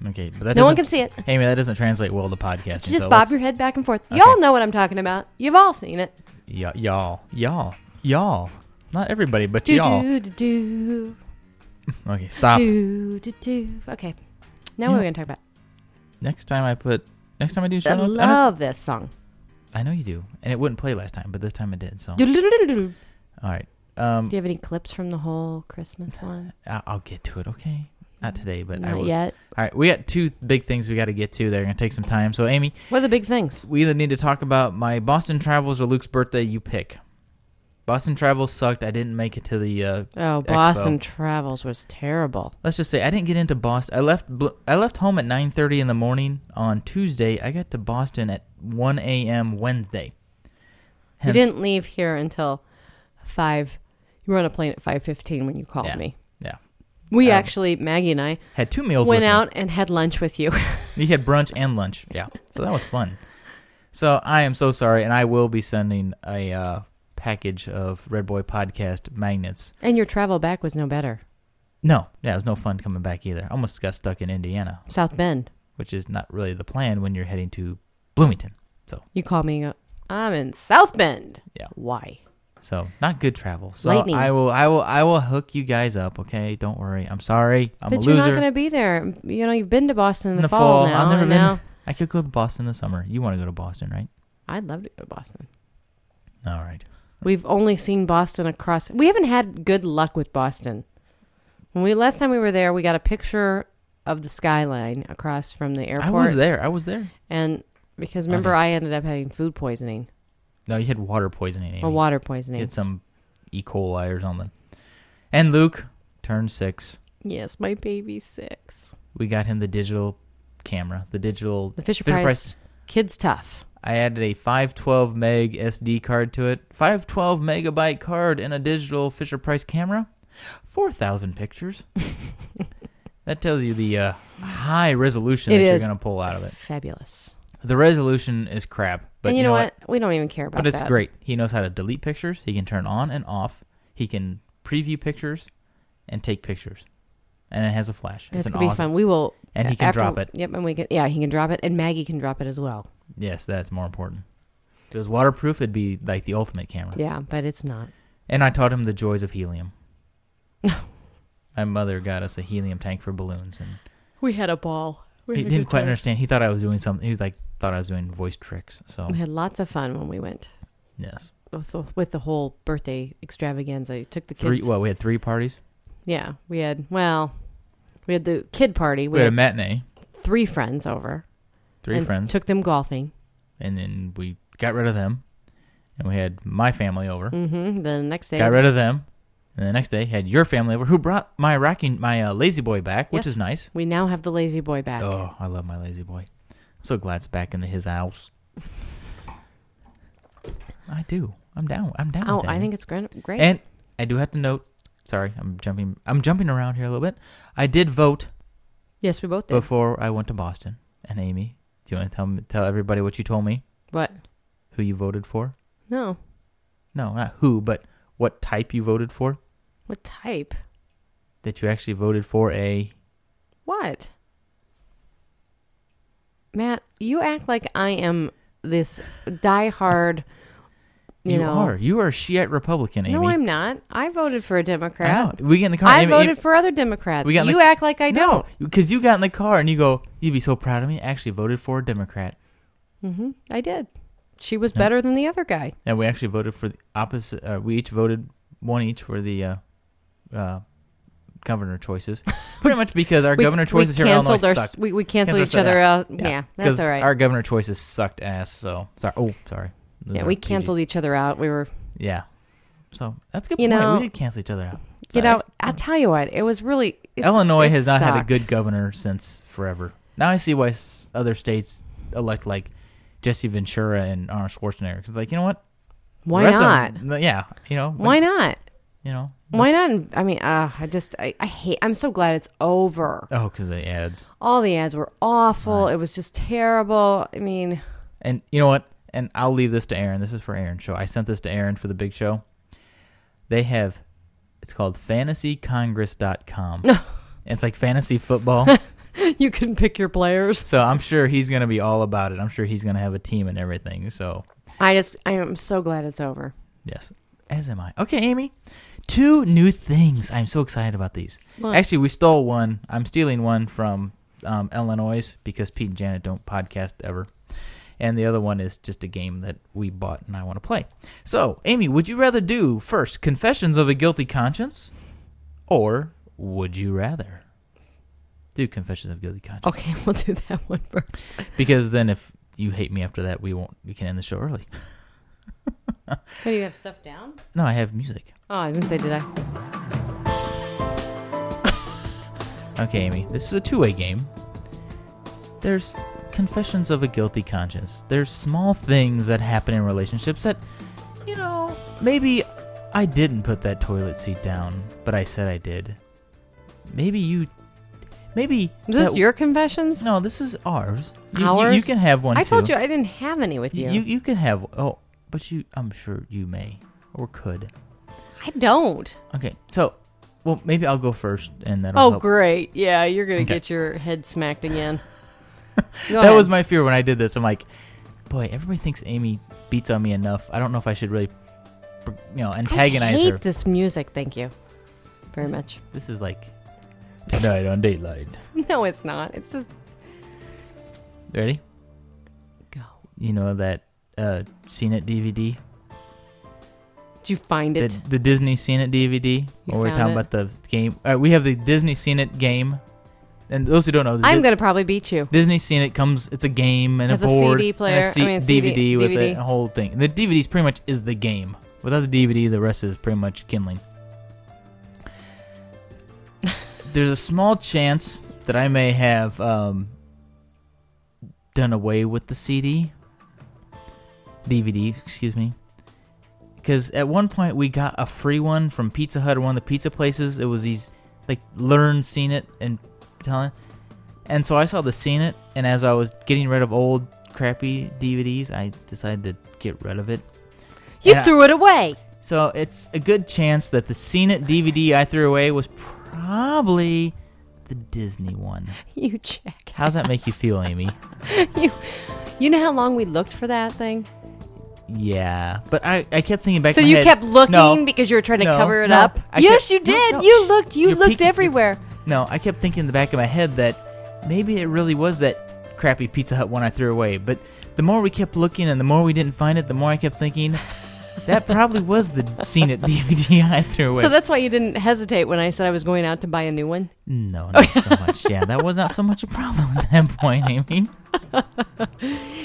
Speaker 10: Okay, but that
Speaker 1: No one can
Speaker 10: doesn't-
Speaker 1: see it.
Speaker 10: Amy, that doesn't translate well to podcasting.
Speaker 1: You just
Speaker 10: so
Speaker 1: bob
Speaker 10: let's-
Speaker 1: your head back and forth.
Speaker 10: Okay.
Speaker 1: Y'all know what I'm talking about. You've all seen it.
Speaker 10: Y- y'all, y'all, y'all. Not everybody, but
Speaker 1: Do
Speaker 10: y'all.
Speaker 1: do do do.
Speaker 10: Okay, stop.
Speaker 1: Do do do. Okay. Now what are we gonna talk about?
Speaker 10: Next time I put. Next time I do show
Speaker 1: I
Speaker 10: notes, I'm just-
Speaker 1: love this song.
Speaker 10: I know you do, and it wouldn't play last time, but this time it did. So.
Speaker 1: Do, do, do, do, do.
Speaker 10: All right. Um,
Speaker 1: Do you have any clips from the whole Christmas one?
Speaker 10: I- I'll get to it. Okay. Not today, but I
Speaker 1: Not
Speaker 10: will.
Speaker 1: yet.
Speaker 10: All right, we got two big things we got to get to. They're gonna take some time. So, Amy,
Speaker 1: What are the big things?
Speaker 10: we either need to talk about my Boston travels or Luke's birthday. You pick. Boston travels sucked. I didn't make it to the. Uh,
Speaker 1: Oh,
Speaker 10: expo.
Speaker 1: Boston Travels was terrible.
Speaker 10: Let's just say I didn't get into Boston. I left. Bl- I left home at 9:30 in the morning on Tuesday. I got to Boston at 1 a.m. Wednesday.
Speaker 1: you
Speaker 10: Hence-
Speaker 1: didn't leave here until five. You were on a plane at five fifteen when you called me.
Speaker 10: Yeah.
Speaker 1: We
Speaker 10: Um,
Speaker 1: actually, Maggie and I,
Speaker 10: Had two meals
Speaker 1: Went
Speaker 10: with me.
Speaker 1: out and had lunch with you.
Speaker 10: You had brunch and lunch. Yeah. So that was fun. So I am so sorry, and I will be sending a uh, package of Red Boy Podcast magnets.
Speaker 1: and your travel back was no better.
Speaker 10: No, yeah, it was no fun coming back either. I almost got stuck in Indiana,
Speaker 1: South Bend.
Speaker 10: which is not really the plan when you're heading to Bloomington. So,
Speaker 1: You called me. and go, I'm in South Bend.
Speaker 10: Yeah.
Speaker 1: Why?
Speaker 10: so not good travel. So
Speaker 1: Lightning.
Speaker 10: I will, I will, I will hook you guys up. Okay, don't worry. I'm sorry. I'm
Speaker 1: but
Speaker 10: a
Speaker 1: you're
Speaker 10: loser.
Speaker 1: not going to be there. You know, you've been to Boston in
Speaker 10: in
Speaker 1: the, fall, now.
Speaker 10: I've never
Speaker 1: and
Speaker 10: been.
Speaker 1: now
Speaker 10: I could go to Boston this summer. You want to go to Boston, right?
Speaker 1: I'd love to go to Boston.
Speaker 10: All right.
Speaker 1: We've only seen Boston across. We haven't had good luck with Boston. When we last time we were there, we got a picture of the skyline across from the airport.
Speaker 10: I was there. I was there.
Speaker 1: and because remember, I ended up having food poisoning.
Speaker 10: No, you had water poisoning. Amy.
Speaker 1: Or water poisoning.
Speaker 10: You had some E. coli or something. And Luke turned six.
Speaker 1: Yes, my baby's six.
Speaker 10: We got him the digital camera, the digital
Speaker 1: The Fisher, Price, kids tough.
Speaker 10: I added a 512 meg SD card to it, 512 megabyte card, and a digital Fisher Price camera. 4,000 pictures. that tells you the uh, high resolution
Speaker 1: It
Speaker 10: that you're
Speaker 1: is
Speaker 10: going to pull out of it.
Speaker 1: Fabulous.
Speaker 10: The resolution is crap. But
Speaker 1: and you, know,
Speaker 10: what?
Speaker 1: what? We don't even care about
Speaker 10: But it's
Speaker 1: that.
Speaker 10: great. He knows how to delete pictures. He can turn on and off. He can preview pictures and take pictures. And it has a flash.
Speaker 1: It's,
Speaker 10: an
Speaker 1: gonna be
Speaker 10: awesome-
Speaker 1: fun. We will. uh,
Speaker 10: And he can
Speaker 1: after-
Speaker 10: drop it.
Speaker 1: Yep, and we can. Yeah, he can drop it, and Maggie can drop it as well.
Speaker 10: Yes, that's more important. If it was waterproof, it'd be like the ultimate camera.
Speaker 1: Yeah, but it's not.
Speaker 10: And I taught him the joys of helium. My mother got us a helium tank for balloons, and
Speaker 1: We had a ball. We
Speaker 10: he didn't quite understand. He thought I was doing something. He was like, thought I was doing voice tricks. So
Speaker 1: We had lots of fun when we went.
Speaker 10: Yes.
Speaker 1: With the, with the whole birthday extravaganza, you took the kids.
Speaker 10: three. What we had three parties.
Speaker 1: Yeah, we had. Well, we had the kid party.
Speaker 10: We had a matinee.
Speaker 1: Three friends over.
Speaker 10: Three
Speaker 1: and
Speaker 10: friends.
Speaker 1: Took them golfing.
Speaker 10: and then we got rid of them, and we had my family over.
Speaker 1: Mm-hmm. The next day,
Speaker 10: Got rid of them, and the next day had your family over, who brought my rocking my uh, lazy boy back, which
Speaker 1: Yes.
Speaker 10: is nice.
Speaker 1: We now have the lazy boy back.
Speaker 10: Oh, I love my lazy boy. I'm so glad it's back into his house. I do. I'm down. I'm down.
Speaker 1: Oh,
Speaker 10: with that.
Speaker 1: I think it's gran- great.
Speaker 10: And I do have to note. Sorry, I'm jumping. I'm jumping around here a little bit. I did vote
Speaker 1: Yes, we both did.
Speaker 10: before I went to Boston. And Amy, do you want to tell me, tell everybody what you told me?
Speaker 1: What?
Speaker 10: Who you voted for?
Speaker 1: No,
Speaker 10: No, not who, but what type you voted for?
Speaker 1: what type?
Speaker 10: That you actually voted for a
Speaker 1: What? Matt, you act like I am this diehard. You,
Speaker 10: You,
Speaker 1: know,
Speaker 10: are. You are a Shiite Republican, Amy.
Speaker 1: No, I'm not. I voted for a Democrat.
Speaker 10: I know. We get in the car,
Speaker 1: I
Speaker 10: Amy-
Speaker 1: voted
Speaker 10: Amy-
Speaker 1: for other Democrats.
Speaker 10: We got in
Speaker 1: you
Speaker 10: the-
Speaker 1: act like I don't.
Speaker 10: Because you got in the car and you go, you'd be so proud of me. I actually voted for a Democrat.
Speaker 1: hmm I did. She was
Speaker 10: No.
Speaker 1: better than the other guy.
Speaker 10: And we actually voted for the opposite. Uh, we each voted one each for the uh, uh, governor choices. Pretty much because our
Speaker 1: We-
Speaker 10: governor
Speaker 1: we
Speaker 10: choices here in Illinois
Speaker 1: canceled our-
Speaker 10: sucked.
Speaker 1: we- we canceled each
Speaker 10: our-
Speaker 1: other out. Yeah, that's
Speaker 10: 'Cause
Speaker 1: all right.
Speaker 10: Our governor choices sucked ass. So sorry. Oh, sorry. Those
Speaker 1: Yeah,
Speaker 10: are
Speaker 1: we
Speaker 10: PG.
Speaker 1: canceled each other out. We were
Speaker 10: Yeah. So that's a good
Speaker 1: You
Speaker 10: point.
Speaker 1: know-
Speaker 10: we did cancel each other out.
Speaker 1: Get out! I tell you what, it was really it's-
Speaker 10: Illinois
Speaker 1: it
Speaker 10: has not had a
Speaker 1: sucked.
Speaker 10: good governor since forever. Now I see why s- other states elect like Jesse Ventura and Arnold Schwarzenegger. 'Cause, like, you know what? The
Speaker 1: Why
Speaker 10: rest of
Speaker 1: not?
Speaker 10: them- yeah, you know.
Speaker 1: Why not?
Speaker 10: You know.
Speaker 1: Why not? I mean, uh, I just I, I hate. I'm so glad it's over.
Speaker 10: Oh, because the ads.
Speaker 1: All the ads were awful. It was just terrible. I mean,
Speaker 10: And you know what? And I'll leave this to Aaron. This is for Aaron's show. I sent this to Aaron for the big show. They have it's called fantasycongress.com. and it's like fantasy football.
Speaker 1: you can pick your players.
Speaker 10: so I'm sure he's going to be all about it. I'm sure he's going to have a team and everything. So,
Speaker 1: I just I am so glad it's over.
Speaker 10: yes. As am I. Okay, Amy. Two new things. I'm so excited about these.
Speaker 1: What?
Speaker 10: Actually, we stole one. I'm stealing one from um, Illinois because Pete and Janet don't podcast ever. And the other one is just a game that we bought and I want to play. So, Amy, would you rather do first Confessions of a Guilty Conscience or Would You Rather? Do Confessions of Guilty Conscience.
Speaker 1: Okay, we'll do that one first.
Speaker 10: Because then if you hate me after that, we won't. We can end the show early.
Speaker 1: What, do you have stuff down?
Speaker 10: No, I have music.
Speaker 1: Oh, I was gonna say, did I?
Speaker 10: Okay, Amy. This is a two-way game. There's confessions of a guilty conscience. There's small things that happen in relationships that, you know, maybe I didn't put that toilet seat down, but I said I did. Maybe you. Maybe
Speaker 1: Is this
Speaker 10: that-
Speaker 1: your confessions?
Speaker 10: No, this is ours. You- you-
Speaker 1: Ours.
Speaker 10: You, can have one.
Speaker 1: I told
Speaker 10: too.
Speaker 1: you I didn't have any with you.
Speaker 10: You you can have. Oh, but you. I'm sure you may or could.
Speaker 1: I don't.
Speaker 10: Okay, so, well, maybe I'll go first, and that'll
Speaker 1: Oh,
Speaker 10: help.
Speaker 1: great! Yeah, you're gonna
Speaker 10: Okay.
Speaker 1: get your head smacked again. Go
Speaker 10: that
Speaker 1: ahead.
Speaker 10: was my fear when I did this. I'm like, boy, everybody thinks Amy beats on me enough. I don't know if I should really, you know, antagonize
Speaker 1: I hate
Speaker 10: her.
Speaker 1: this music. Thank you very much.
Speaker 10: This is like tonight on Dateline.
Speaker 1: No, it's not. It's just
Speaker 10: Ready?
Speaker 1: Go.
Speaker 10: You know that uh, Scene It DVD,
Speaker 1: did you find
Speaker 10: the,
Speaker 1: it?
Speaker 10: the Disney Scene It DVD,
Speaker 1: You
Speaker 10: where we're
Speaker 1: found
Speaker 10: talking
Speaker 1: it?
Speaker 10: about the game. All right, we have the Disney Scene It game, and those who don't know, the
Speaker 1: I'm
Speaker 10: Di-
Speaker 1: gonna probably beat you.
Speaker 10: Disney Scene It comes. It's a game and
Speaker 1: Has
Speaker 10: a
Speaker 1: a
Speaker 10: board
Speaker 1: CD
Speaker 10: and
Speaker 1: player-
Speaker 10: a C-
Speaker 1: I mean, CD
Speaker 10: DVD, with
Speaker 1: DVD.
Speaker 10: it, a whole thing. The DVD's pretty much is the game. Without the DVD, the rest is pretty much kindling. There's a small chance that I may have um, done away with the CD, DVD, excuse me, because at one point we got a free one from Pizza Hut or one of the pizza places. It was these like learn seen it and telling, and so I saw the seen it, and as I was getting rid of old crappy DVDs, I decided to get rid of it.
Speaker 1: You
Speaker 10: And I-
Speaker 1: threw it away.
Speaker 10: So it's a good chance that the seen it DVD I threw away was probably the Disney one.
Speaker 1: You check.
Speaker 10: How's that make you feel, Amy?
Speaker 1: you, you know how long we looked for that thing?
Speaker 10: Yeah, but I, I kept thinking back.
Speaker 1: so
Speaker 10: in my
Speaker 1: you
Speaker 10: head,
Speaker 1: kept looking
Speaker 10: no,
Speaker 1: because you were trying to
Speaker 10: no,
Speaker 1: cover it
Speaker 10: no,
Speaker 1: up.
Speaker 10: I
Speaker 1: yes,
Speaker 10: kept-
Speaker 1: you
Speaker 10: no,
Speaker 1: did.
Speaker 10: no,
Speaker 1: you
Speaker 10: shh,
Speaker 1: looked. You
Speaker 10: you're
Speaker 1: looked
Speaker 10: peeking-
Speaker 1: everywhere.
Speaker 10: No, I kept thinking in the back of my head that maybe it really was that crappy Pizza Hut one I threw away. But the more we kept looking and the more we didn't find it, the more I kept thinking that probably was the seen it DVD I threw away.
Speaker 1: So that's why you didn't hesitate when I said I was going out to buy a new one.
Speaker 10: no, not so much. Yeah, that was not so much a problem at that point, Amy.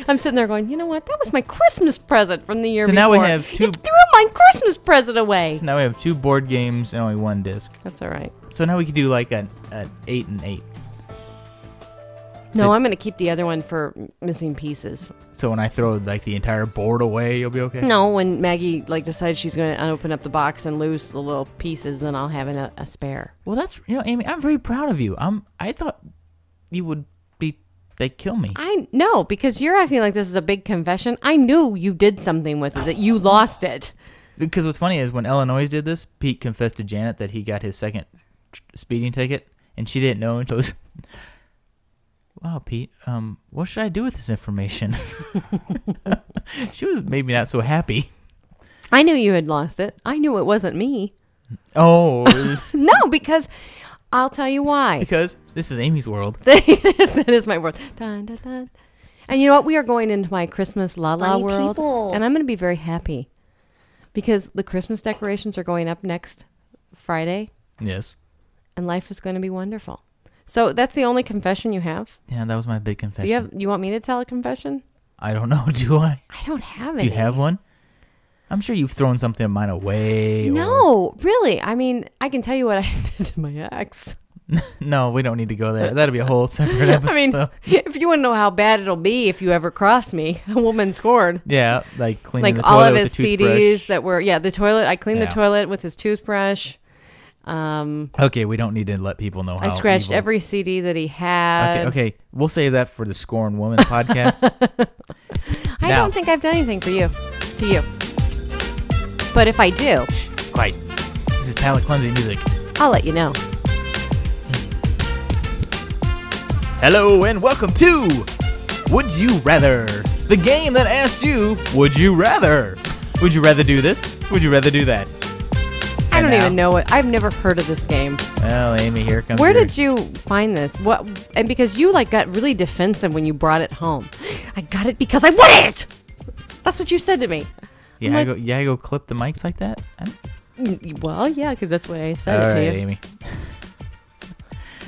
Speaker 1: I'm sitting there going, you know what? That was my Christmas present from the year
Speaker 10: So
Speaker 1: before.
Speaker 10: now we have
Speaker 1: You threw my Christmas present away.
Speaker 10: Now we have two board games and only one disc.
Speaker 1: That's all right.
Speaker 10: So now we could do like an, an eight and eight.
Speaker 1: No, I'm going to keep the other one for m- missing pieces.
Speaker 10: So when I throw like the entire board away, you'll be okay.
Speaker 1: No, when Maggie like decides she's going to open up the box and lose the little pieces, then I'll have an, a spare.
Speaker 10: Well, that's you know, Amy. I'm very proud of you. I'm. I thought you would be. They kill me.
Speaker 1: I know because you're acting like this is a big confession. I knew you did something with it that you lost it.
Speaker 10: Because what's funny is when Illinois did this, Pete confessed to Janet that he got his second tr- speeding ticket, and she didn't know. And she goes, "Wow, Pete, um, what should I do with this information?" she was maybe not so happy.
Speaker 1: I knew you had lost it. I knew it wasn't me.
Speaker 10: Oh,
Speaker 1: No, because I'll tell you why.
Speaker 10: because this is Amy's world.
Speaker 1: Yes, that is my world. Dun, dun, dun. And you know what? We are going into my Christmas la la
Speaker 13: Funny
Speaker 1: world,
Speaker 13: people.
Speaker 1: and I'm going to be very happy because the Christmas decorations are going up next Friday,
Speaker 10: Yes.
Speaker 1: and life is going to be wonderful. So that's the only confession you have.
Speaker 10: Yeah, that was my big
Speaker 1: Do
Speaker 10: confession.
Speaker 1: you have? You want me to tell a confession?
Speaker 10: I don't know. Do I?
Speaker 1: I don't have
Speaker 10: Do
Speaker 1: any.
Speaker 10: you have one? I'm sure you've thrown something of mine away. or-
Speaker 1: No, really. I mean, I can tell you what I did to my ex.
Speaker 10: no, we don't need to go there. That'll be a whole separate episode.
Speaker 1: I mean, if you want to know how bad it'll be if you ever cross me, a woman scorned.
Speaker 10: yeah, like cleaning
Speaker 1: like
Speaker 10: the
Speaker 1: all
Speaker 10: toilet
Speaker 1: of
Speaker 10: with
Speaker 1: his
Speaker 10: the toothbrush.
Speaker 1: CDs that were yeah the toilet. I cleaned
Speaker 10: Yeah.
Speaker 1: the toilet with his toothbrush. Um,
Speaker 10: Okay, we don't need to let people know.
Speaker 1: I
Speaker 10: how
Speaker 1: scratched
Speaker 10: evil-
Speaker 1: every CD that he
Speaker 10: Okay,
Speaker 1: had.
Speaker 10: okay, we'll save that for the Scorn Woman podcast.
Speaker 1: I
Speaker 10: now,
Speaker 1: don't think I've done anything for you, to you. But if I do,
Speaker 10: quite. This is palate cleansing music.
Speaker 1: I'll let you know.
Speaker 10: Hello and welcome to Would You Rather, the game that asked you, Would you rather? Would you rather do this? Would you rather do that?
Speaker 1: I don't
Speaker 10: now-
Speaker 1: even know it. I've never heard of this game.
Speaker 10: Well, Amy, here comes.
Speaker 1: Where
Speaker 10: your-
Speaker 1: did you find this? What? And because you like got really defensive when you brought it home. I got it because I want it. That's what you said to me.
Speaker 10: Yeah, I go. Yeah, I go clip the mics like that. I don't-
Speaker 1: Mm, Well, yeah, because that's what I said
Speaker 10: All
Speaker 1: to
Speaker 10: right,
Speaker 1: you.
Speaker 10: Amy.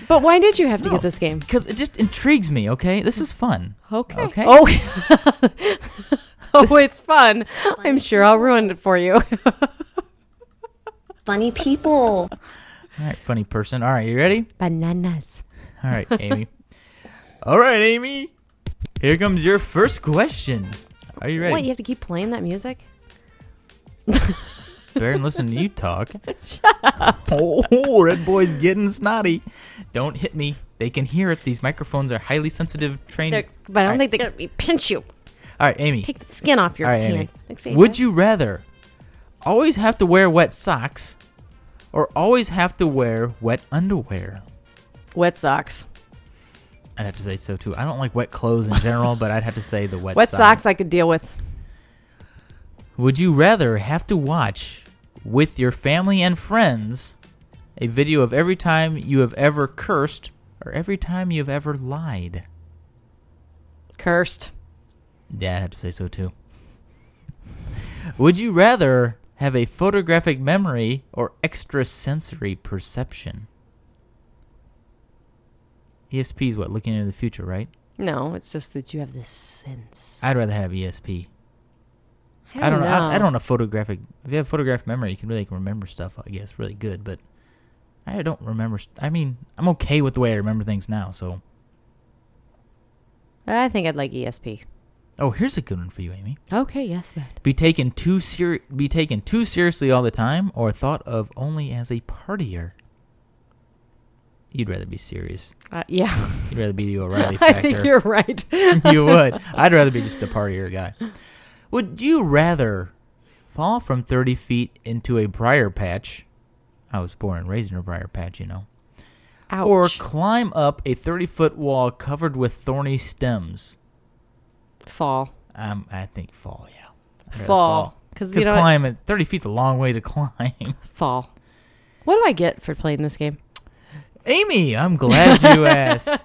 Speaker 1: But why did you have to get this game?
Speaker 10: Because it just intrigues me. Okay, this is fun.
Speaker 1: Okay.
Speaker 10: Okay.
Speaker 1: Oh. oh, it's fun. I'm sure I'll ruin it for you.
Speaker 13: Funny people.
Speaker 10: All right, funny person. All right, you ready?
Speaker 1: Bananas.
Speaker 10: All right, Amy. All right, Amy. Here comes your first question. Are you ready?
Speaker 1: What? You have to keep playing that music?
Speaker 10: Bear and listen to you talk. Shut up. Oh, Red Boy's getting snotty. Don't hit me. They can hear it. These microphones are highly sensitive. Trained.
Speaker 1: They're- but I
Speaker 10: Mm. All
Speaker 1: don't
Speaker 10: right.
Speaker 1: think they're going to pinch you.
Speaker 10: All right, Amy.
Speaker 1: Take the skin off your
Speaker 10: All right,
Speaker 1: hand.
Speaker 10: Amy.
Speaker 1: Like, say,
Speaker 10: Would you rather always have to wear wet socks or always have to wear wet underwear?
Speaker 1: Wet socks.
Speaker 10: I'd have to say so too. I don't like wet clothes in general, but I'd have to say the wet,
Speaker 1: Wet
Speaker 10: socks.
Speaker 1: socks I could deal with.
Speaker 10: Would you rather have to watch with your family and friends a video of every time you have ever cursed or every time you have ever lied?
Speaker 1: Cursed.
Speaker 10: Yeah, I'd have to say so too. Would you rather have a photographic memory or extrasensory perception? ESP is what looking into the future, right?
Speaker 1: No, it's just that you have this sense.
Speaker 10: I'd rather have ESP.
Speaker 1: I don't
Speaker 10: know. I, I
Speaker 1: know.
Speaker 10: don't know photographic. If you have photographic memory, you can really can remember stuff. I guess really good, but I don't remember. st- I mean, I'm okay with the way I remember things now. So
Speaker 1: E I think I'd like ESP.
Speaker 10: Oh, here's a good one for you, Amy.
Speaker 1: Okay, yes, Beth.
Speaker 10: Be taken too ser- be taken too seriously all the time, or thought of only as a partier. You'd rather be serious.
Speaker 1: Uh, yeah.
Speaker 10: You'd rather be the O'Reilly
Speaker 1: I
Speaker 10: factor.
Speaker 1: think you're right.
Speaker 10: you would. I'd rather be just the partier guy. Would you rather fall from 30 feet into a briar patch? I was born and raised in a briar patch, you know. Or climb up a 30 foot wall covered with thorny stems.
Speaker 1: Fall.
Speaker 10: Um, I think fall, yeah. I'd rather
Speaker 1: Fall. 'Cause you know what?
Speaker 10: climb at 30 feet's a long way to climb.
Speaker 1: Fall. What do I get for playing this game?
Speaker 10: Amy, I'm glad you asked.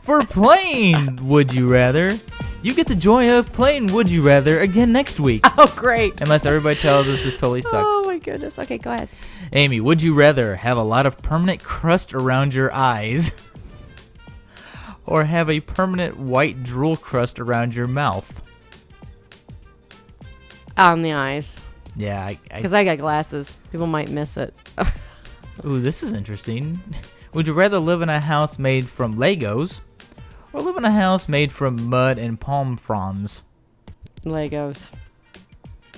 Speaker 10: For playing Would You Rather, you get the joy of playing Would You Rather again next week.
Speaker 1: Oh, great.
Speaker 10: Unless everybody tells us this totally sucks.
Speaker 1: Oh my goodness. Okay, go ahead.
Speaker 10: Amy, would you rather have a lot of permanent crust around your eyes or have a permanent white drool crust around your mouth?
Speaker 1: On the eyes.
Speaker 10: Yeah, I.
Speaker 1: Because I got glasses. People might miss it.
Speaker 10: Ooh, this is interesting. Would you rather live in a house made from Legos or live in a house made from mud and palm fronds?
Speaker 1: Legos.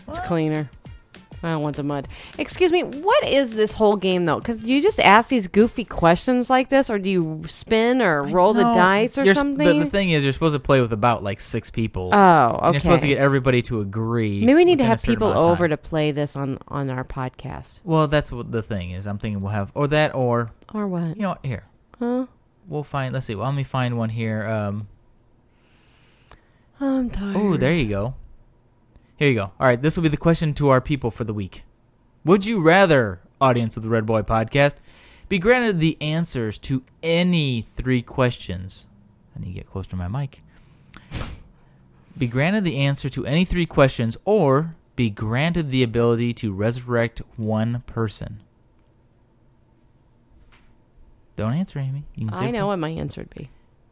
Speaker 1: It's cleaner. I don't want the mud. Excuse me, what is this whole game though? Because do you just ask these goofy questions like this, or do you spin or roll the
Speaker 10: No,
Speaker 1: dice or
Speaker 10: you're s-
Speaker 1: something?
Speaker 10: The, the thing is, you're supposed to play with about like six people.
Speaker 1: Oh,
Speaker 10: And you're supposed to
Speaker 1: okay.
Speaker 10: get everybody to agree.
Speaker 1: Maybe we need to
Speaker 10: within a
Speaker 1: have
Speaker 10: certain
Speaker 1: people
Speaker 10: amount of time.
Speaker 1: over to play this on on our podcast.
Speaker 10: Well, that's what the thing is. I'm thinking we'll have or that or
Speaker 1: Or what?
Speaker 10: You know what? Here,
Speaker 1: Huh?
Speaker 10: we'll find. Let's see. Well, let me find one here. Um.
Speaker 1: I'm tired.
Speaker 10: Oh, there you go. Here you go. All right, this will be the question to our people for the week. Would you rather, audience of the Red Boy Podcast, be granted the answers to any three questions? I need to get close to my mic. be granted the answer to any three questions, or be granted the ability to resurrect one person. Don't answer, Amy. You can
Speaker 1: I
Speaker 10: save
Speaker 1: know
Speaker 10: time.
Speaker 1: what my answer would be.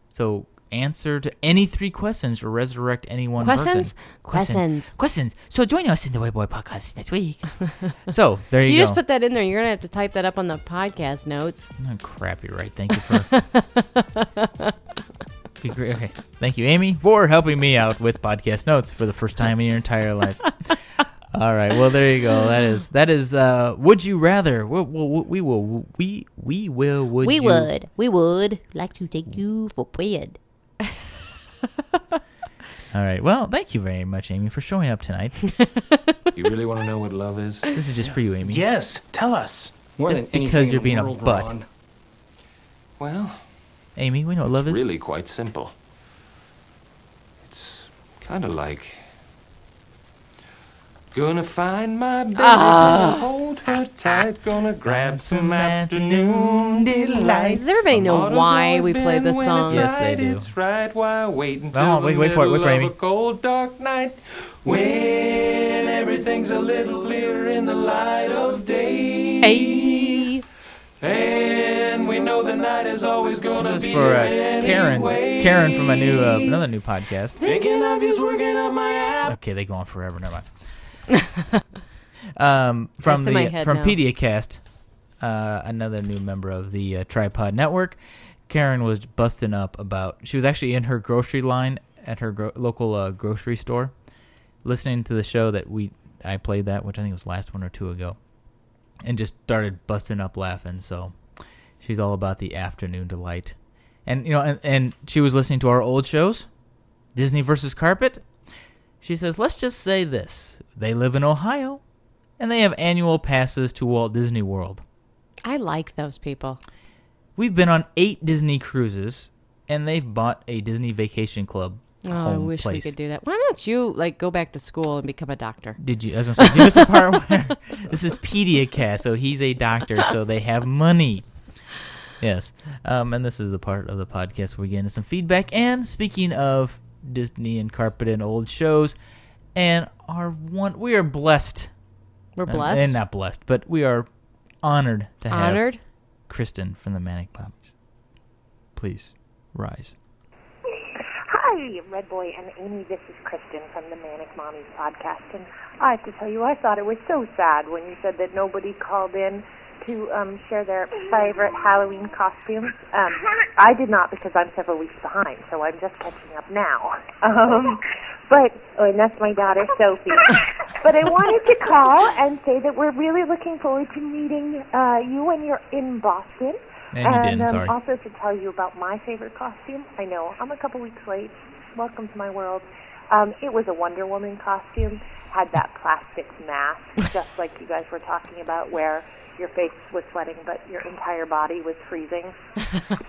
Speaker 10: So answer to any three questions or resurrect any one
Speaker 1: Questions?
Speaker 10: person. Question.
Speaker 1: Questions.
Speaker 10: Questions. So join us in the White Boy podcast next week. so there you,
Speaker 1: You,
Speaker 10: go.
Speaker 1: just put that in there. You're gonna have to type that up on the podcast notes.
Speaker 10: oh, crap, you're right. Thank you for. Be great. okay. Thank you, Amy, for helping me out with podcast notes for the first time in your entire life. All right. Well, there you go. That is that is. Uh, would you rather? We, we, we will. We we will. Would
Speaker 13: we
Speaker 10: you-
Speaker 13: would. We would like to take you for bread.
Speaker 10: All right. Well, thank you very much, Amy, for showing up tonight.
Speaker 14: You really want to know what love is?
Speaker 10: This is just for you, Amy.
Speaker 14: Yes, tell us. More
Speaker 10: Just
Speaker 14: than anything
Speaker 10: because
Speaker 14: in
Speaker 10: you're
Speaker 14: the
Speaker 10: being a
Speaker 14: world,
Speaker 10: butt.
Speaker 14: Ron. Well,
Speaker 10: Amy, we know what love is.
Speaker 14: really quite simple. It's kind of like. Gonna find my baby,
Speaker 4: Ah.
Speaker 14: gonna hold her tight, gonna grab some
Speaker 10: afternoon delight.
Speaker 1: Does everybody know
Speaker 14: Autumn's
Speaker 1: why
Speaker 14: always
Speaker 1: we play
Speaker 14: been
Speaker 1: this
Speaker 14: when
Speaker 1: song?
Speaker 14: it's
Speaker 10: Yes, they
Speaker 14: right,
Speaker 10: do.
Speaker 14: It's right, why wait until
Speaker 10: on,
Speaker 14: the
Speaker 10: wait- wait for it, wait for
Speaker 14: middle of
Speaker 10: Amy.
Speaker 14: a cold dark night when everything's a little clearer in the light of day. And we know the night is always gonna
Speaker 10: This is
Speaker 14: be
Speaker 10: for uh,
Speaker 14: anyway.
Speaker 10: Karen. Karen from a new uh, another new podcast.
Speaker 14: Thinking of you's working up my app.
Speaker 10: Okay, they go on forever. Never mind. um, from
Speaker 14: That's in my
Speaker 10: the
Speaker 14: head
Speaker 10: from
Speaker 14: now.
Speaker 10: PediaCast, uh, another new member of the uh, Tripod Network. Karen was busting up about. She was actually in her grocery line at her gro- local uh, grocery store, listening to the show that we I played that, which I think was last one or two ago, and just started busting up laughing. So she's all about the afternoon delight, and you know, and, and she was listening to our old shows, Disney versus Carpet. She says, let's just say this. They live in Ohio, and they have annual passes to Walt Disney World.
Speaker 1: I like those people.
Speaker 10: We've been on eight Disney cruises, and they've bought a Disney Vacation Club.
Speaker 1: Oh, I
Speaker 10: home
Speaker 1: wish we
Speaker 10: place.
Speaker 1: could do that. Why don't you like go back to school and become a doctor?
Speaker 10: Did you? I was gonna say, did you miss the part where this is PediaCast, so he's a doctor, so they have money. Yes, um, and this is the part of the podcast where we get into some feedback. And speaking of Disney and carpet and old shows, and our one, we are blessed.
Speaker 1: We're
Speaker 10: Uh,
Speaker 1: blessed?
Speaker 10: and not blessed, but we are honored to have
Speaker 1: Honored?
Speaker 10: Kristen from the Manic Pops. Please rise.
Speaker 15: Hi, Red Boy and Amy. This is Kristen from the Manic Mommies podcast, and I have to tell you, I thought it was so sad when you said that nobody called in to um, share their favorite Halloween costumes. Um, I did not because I'm several weeks behind, so I'm just catching up now. Um, But oh, and that's my daughter Sophie. but I wanted to call and say that we're really looking forward to meeting uh, you when you're in Boston.
Speaker 10: And you didn't,
Speaker 15: um,
Speaker 10: sorry.
Speaker 15: also to tell you about my favorite costume. I know I'm a couple weeks late. Welcome to my world. Um, it was a Wonder Woman costume. Had that plastic mask, just like you guys were talking about, where your face was sweating but your entire body was freezing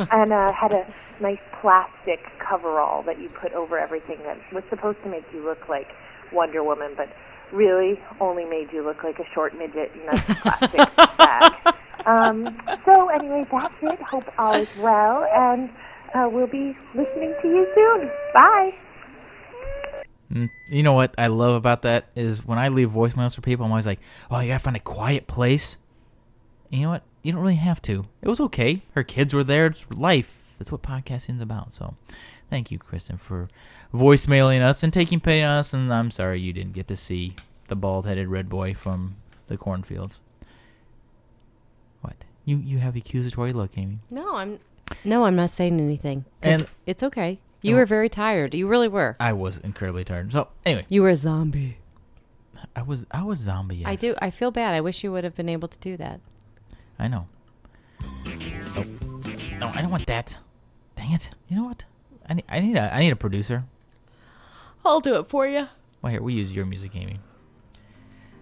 Speaker 15: and uh, had a nice plastic coverall that you put over everything that was supposed to make you look like Wonder Woman, but really only made you look like a short midget in a plastic bag. Um, so, anyway, that's it. Hope all is well, and uh, we'll be listening to you soon. Bye.
Speaker 10: Mm, You know what I love about that is when I leave voicemails for people, I'm always like, "Oh, you gotta find a quiet place." And you know what? You don't really have to. It was okay. Her kids were there. It's life. That's what podcasting's about. So, thank you, Kristen, for voicemailing us and taking pity on us. And I'm sorry you didn't get to see the bald-headed red boy from the cornfields. What? You you have accusatory look, Amy.
Speaker 1: No, I'm. No, I'm not saying anything. And
Speaker 10: And-
Speaker 1: it's okay. You were very tired. You really were.
Speaker 10: I was incredibly tired. So anyway,
Speaker 1: you were a zombie.
Speaker 10: I was I was zombie.
Speaker 1: I do. I feel bad. I wish you would have been able to do that.
Speaker 10: I know. Oh. No, I don't want that. Dang it! You know what? I need I need a I need a producer.
Speaker 1: I'll do it for you.
Speaker 10: Well, here we use your music, Amy.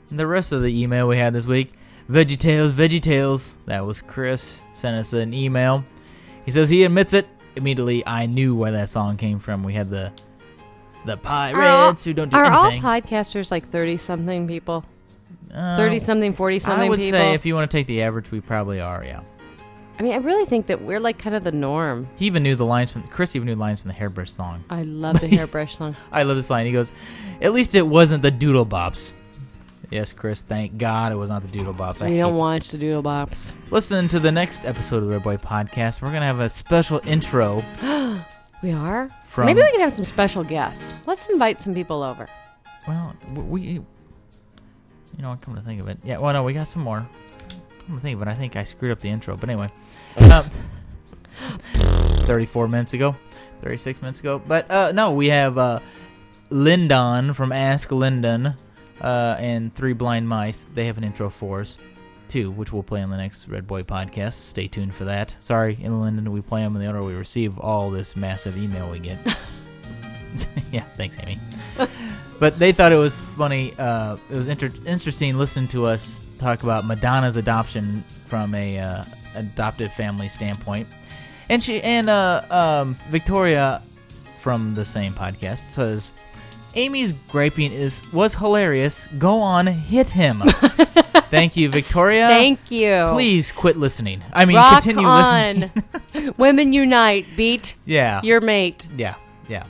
Speaker 10: And the rest of the email we had this week, Veggie Tales, Veggie Tales. That was Chris sent us an email. He says he admits it immediately. I knew where that song came from. We had the the pirates who don't do
Speaker 1: are
Speaker 10: anything.
Speaker 1: all podcasters like 30 something people?
Speaker 10: Uh,
Speaker 1: 30 something, 40 something
Speaker 10: I would
Speaker 1: people.
Speaker 10: say if you want to take the average, we probably are. Yeah.
Speaker 1: I mean, I really think that we're like kind of the norm.
Speaker 10: He even knew the lines from Chris. Even knew the lines from the Hairbrush song.
Speaker 1: I love the hairbrush song.
Speaker 10: I love this line. He goes, "At least it wasn't the Doodle Bops." Yes, Chris. Thank God it was not the Doodle Bops. I
Speaker 1: We
Speaker 10: hate
Speaker 1: don't watch the Doodle Bops.
Speaker 10: Listen to the next episode of the Red Boy Podcast. We're gonna have a special intro.
Speaker 1: we are?
Speaker 10: From-
Speaker 1: Maybe we can have some special guests. Let's invite some people over.
Speaker 10: Well, w- we, you know, what, come to think of it, yeah. Well, no, we got some more. Come to think of it, I think I screwed up the intro. But anyway, um, thirty-four minutes ago, thirty-six minutes ago. But uh, no, we have uh, Lyndon from Ask Lyndon uh, and Three Blind Mice. They have an intro for us too, which we'll play on the next Red Boy podcast. Stay tuned for that. Sorry, in Lyndon, we play them in the order we receive all this massive email we get. yeah, thanks, Amy. but they thought it was funny. Uh, it was inter- interesting listening to us talk about Madonna's adoption from a uh, adopted family standpoint, and she and uh, um, Victoria from the same podcast says. Amy's griping is was hilarious. Go on, hit him. Thank you, Victoria.
Speaker 1: Thank you.
Speaker 10: Uh, Please quit listening. I mean,
Speaker 1: Rock
Speaker 10: continue listening.
Speaker 1: on. Women unite. Beat
Speaker 10: Yeah.
Speaker 1: your mate.
Speaker 10: Yeah, yeah.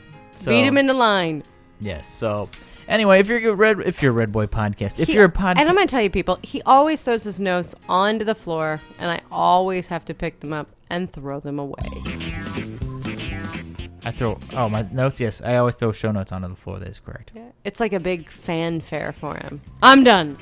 Speaker 1: Beat him into line.
Speaker 10: Yes. So anyway, if you're a red, if you're a Red Boy podcast, if
Speaker 1: He-
Speaker 10: you're a podcast,
Speaker 1: and I'm gonna tell you, people, he always throws his notes onto the floor, and I always have to pick them up and throw them away.
Speaker 10: I throw oh my notes. Yes, I always throw show notes onto the floor. That is correct.
Speaker 1: It's like a big fanfare for him. I'm done.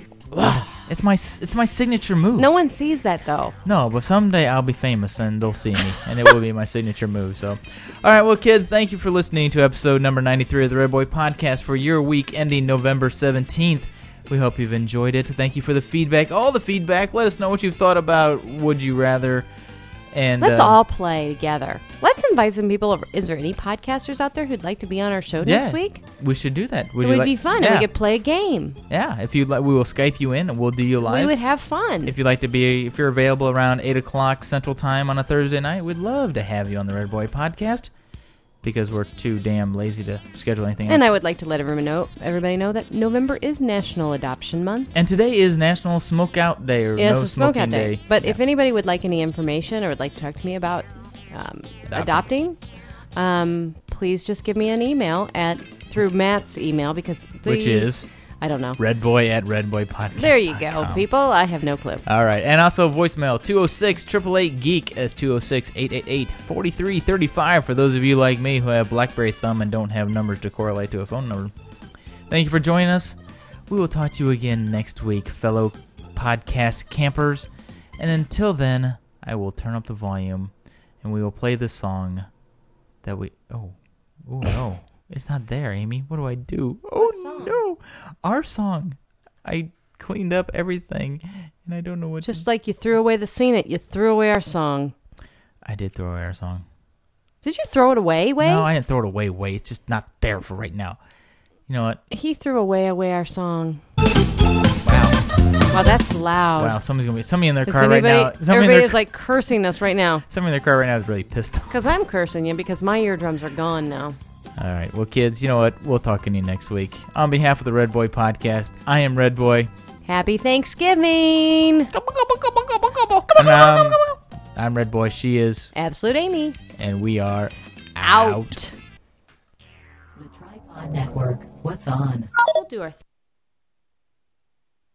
Speaker 10: It's my s- it's my signature move.
Speaker 1: No one sees that though.
Speaker 10: No, but someday I'll be famous and they'll see me, and it will be my signature move. So, all right, well, kids, thank you for listening to episode number 93 of the Red Boy Podcast for your week ending November 17th. We hope you've enjoyed it. Thank you for the feedback, all the feedback. Let us know what you thought about Would You Rather. And
Speaker 1: Let's
Speaker 10: uh,
Speaker 1: all play together. Let's invite some people over. Is there any podcasters out there who'd like to be on our show
Speaker 10: Yeah.
Speaker 1: next week?
Speaker 10: We should do that.
Speaker 1: it
Speaker 10: you
Speaker 1: would
Speaker 10: like-
Speaker 1: be fun,
Speaker 10: Yeah.
Speaker 1: and we could play a game.
Speaker 10: yeah. If you like, we will Skype you in, and we'll do you live.
Speaker 1: We would have fun.
Speaker 10: If you'd like to be, if you're available around eight o'clock Central Time on a Thursday night, we'd love to have you on the Red Boy Podcast because we're too damn lazy to schedule anything.
Speaker 1: and
Speaker 10: else.
Speaker 1: I would like to let everyone know, everybody know that November is National Adoption Month.
Speaker 10: And today is National Smokeout Day or
Speaker 1: Yeah, it's
Speaker 10: No
Speaker 1: a smoke
Speaker 10: Smoking
Speaker 1: out day.
Speaker 10: Day.
Speaker 1: But if anybody would like any information or would like to talk to me about um, adopting, um, please just give me an email at through Matt's email because the,
Speaker 10: Which is
Speaker 1: I don't know.
Speaker 10: Redboy at redboypodcast.
Speaker 1: There you go, people. I have no clue.
Speaker 10: All right. And also voicemail 206 888 Geek oh as 206 888 4335 for those of you like me who have Blackberry Thumb and don't have numbers to correlate to a phone number. Thank you for joining us. We will talk to you again next week, fellow podcast campers. And until then, I will turn up the volume and we will play the song that we. Oh, oh no. It's not there, Amy. What do I do? Oh no, our song. I cleaned up everything, and I don't know what.
Speaker 1: Just like you threw away the scene, it you threw away our song.
Speaker 10: I did throw away our song.
Speaker 1: Did you throw it away? Way
Speaker 10: No, I didn't throw it away. Way it's just not there for right now. You know what?
Speaker 1: he threw away away our song. Wow. Wow, that's loud.
Speaker 10: Wow, somebody's gonna be somebody in their
Speaker 1: Is
Speaker 10: car
Speaker 1: anybody,
Speaker 10: right now. Somebody in
Speaker 1: everybody
Speaker 10: their,
Speaker 1: is like cursing us right now.
Speaker 10: somebody in their car right now is really pissed off.
Speaker 1: Because I'm cursing you because my eardrums are gone now.
Speaker 10: All right, well, kids, you know what? We'll talk to you next week. On behalf of the Red Boy Podcast, I am Red Boy,
Speaker 1: Happy Thanksgiving.
Speaker 10: and um, I'm, I'm Red Boy. She is,
Speaker 1: Absolute Amy.
Speaker 10: and we are
Speaker 1: Out.
Speaker 2: Pod Network. What's on?
Speaker 1: We'll do our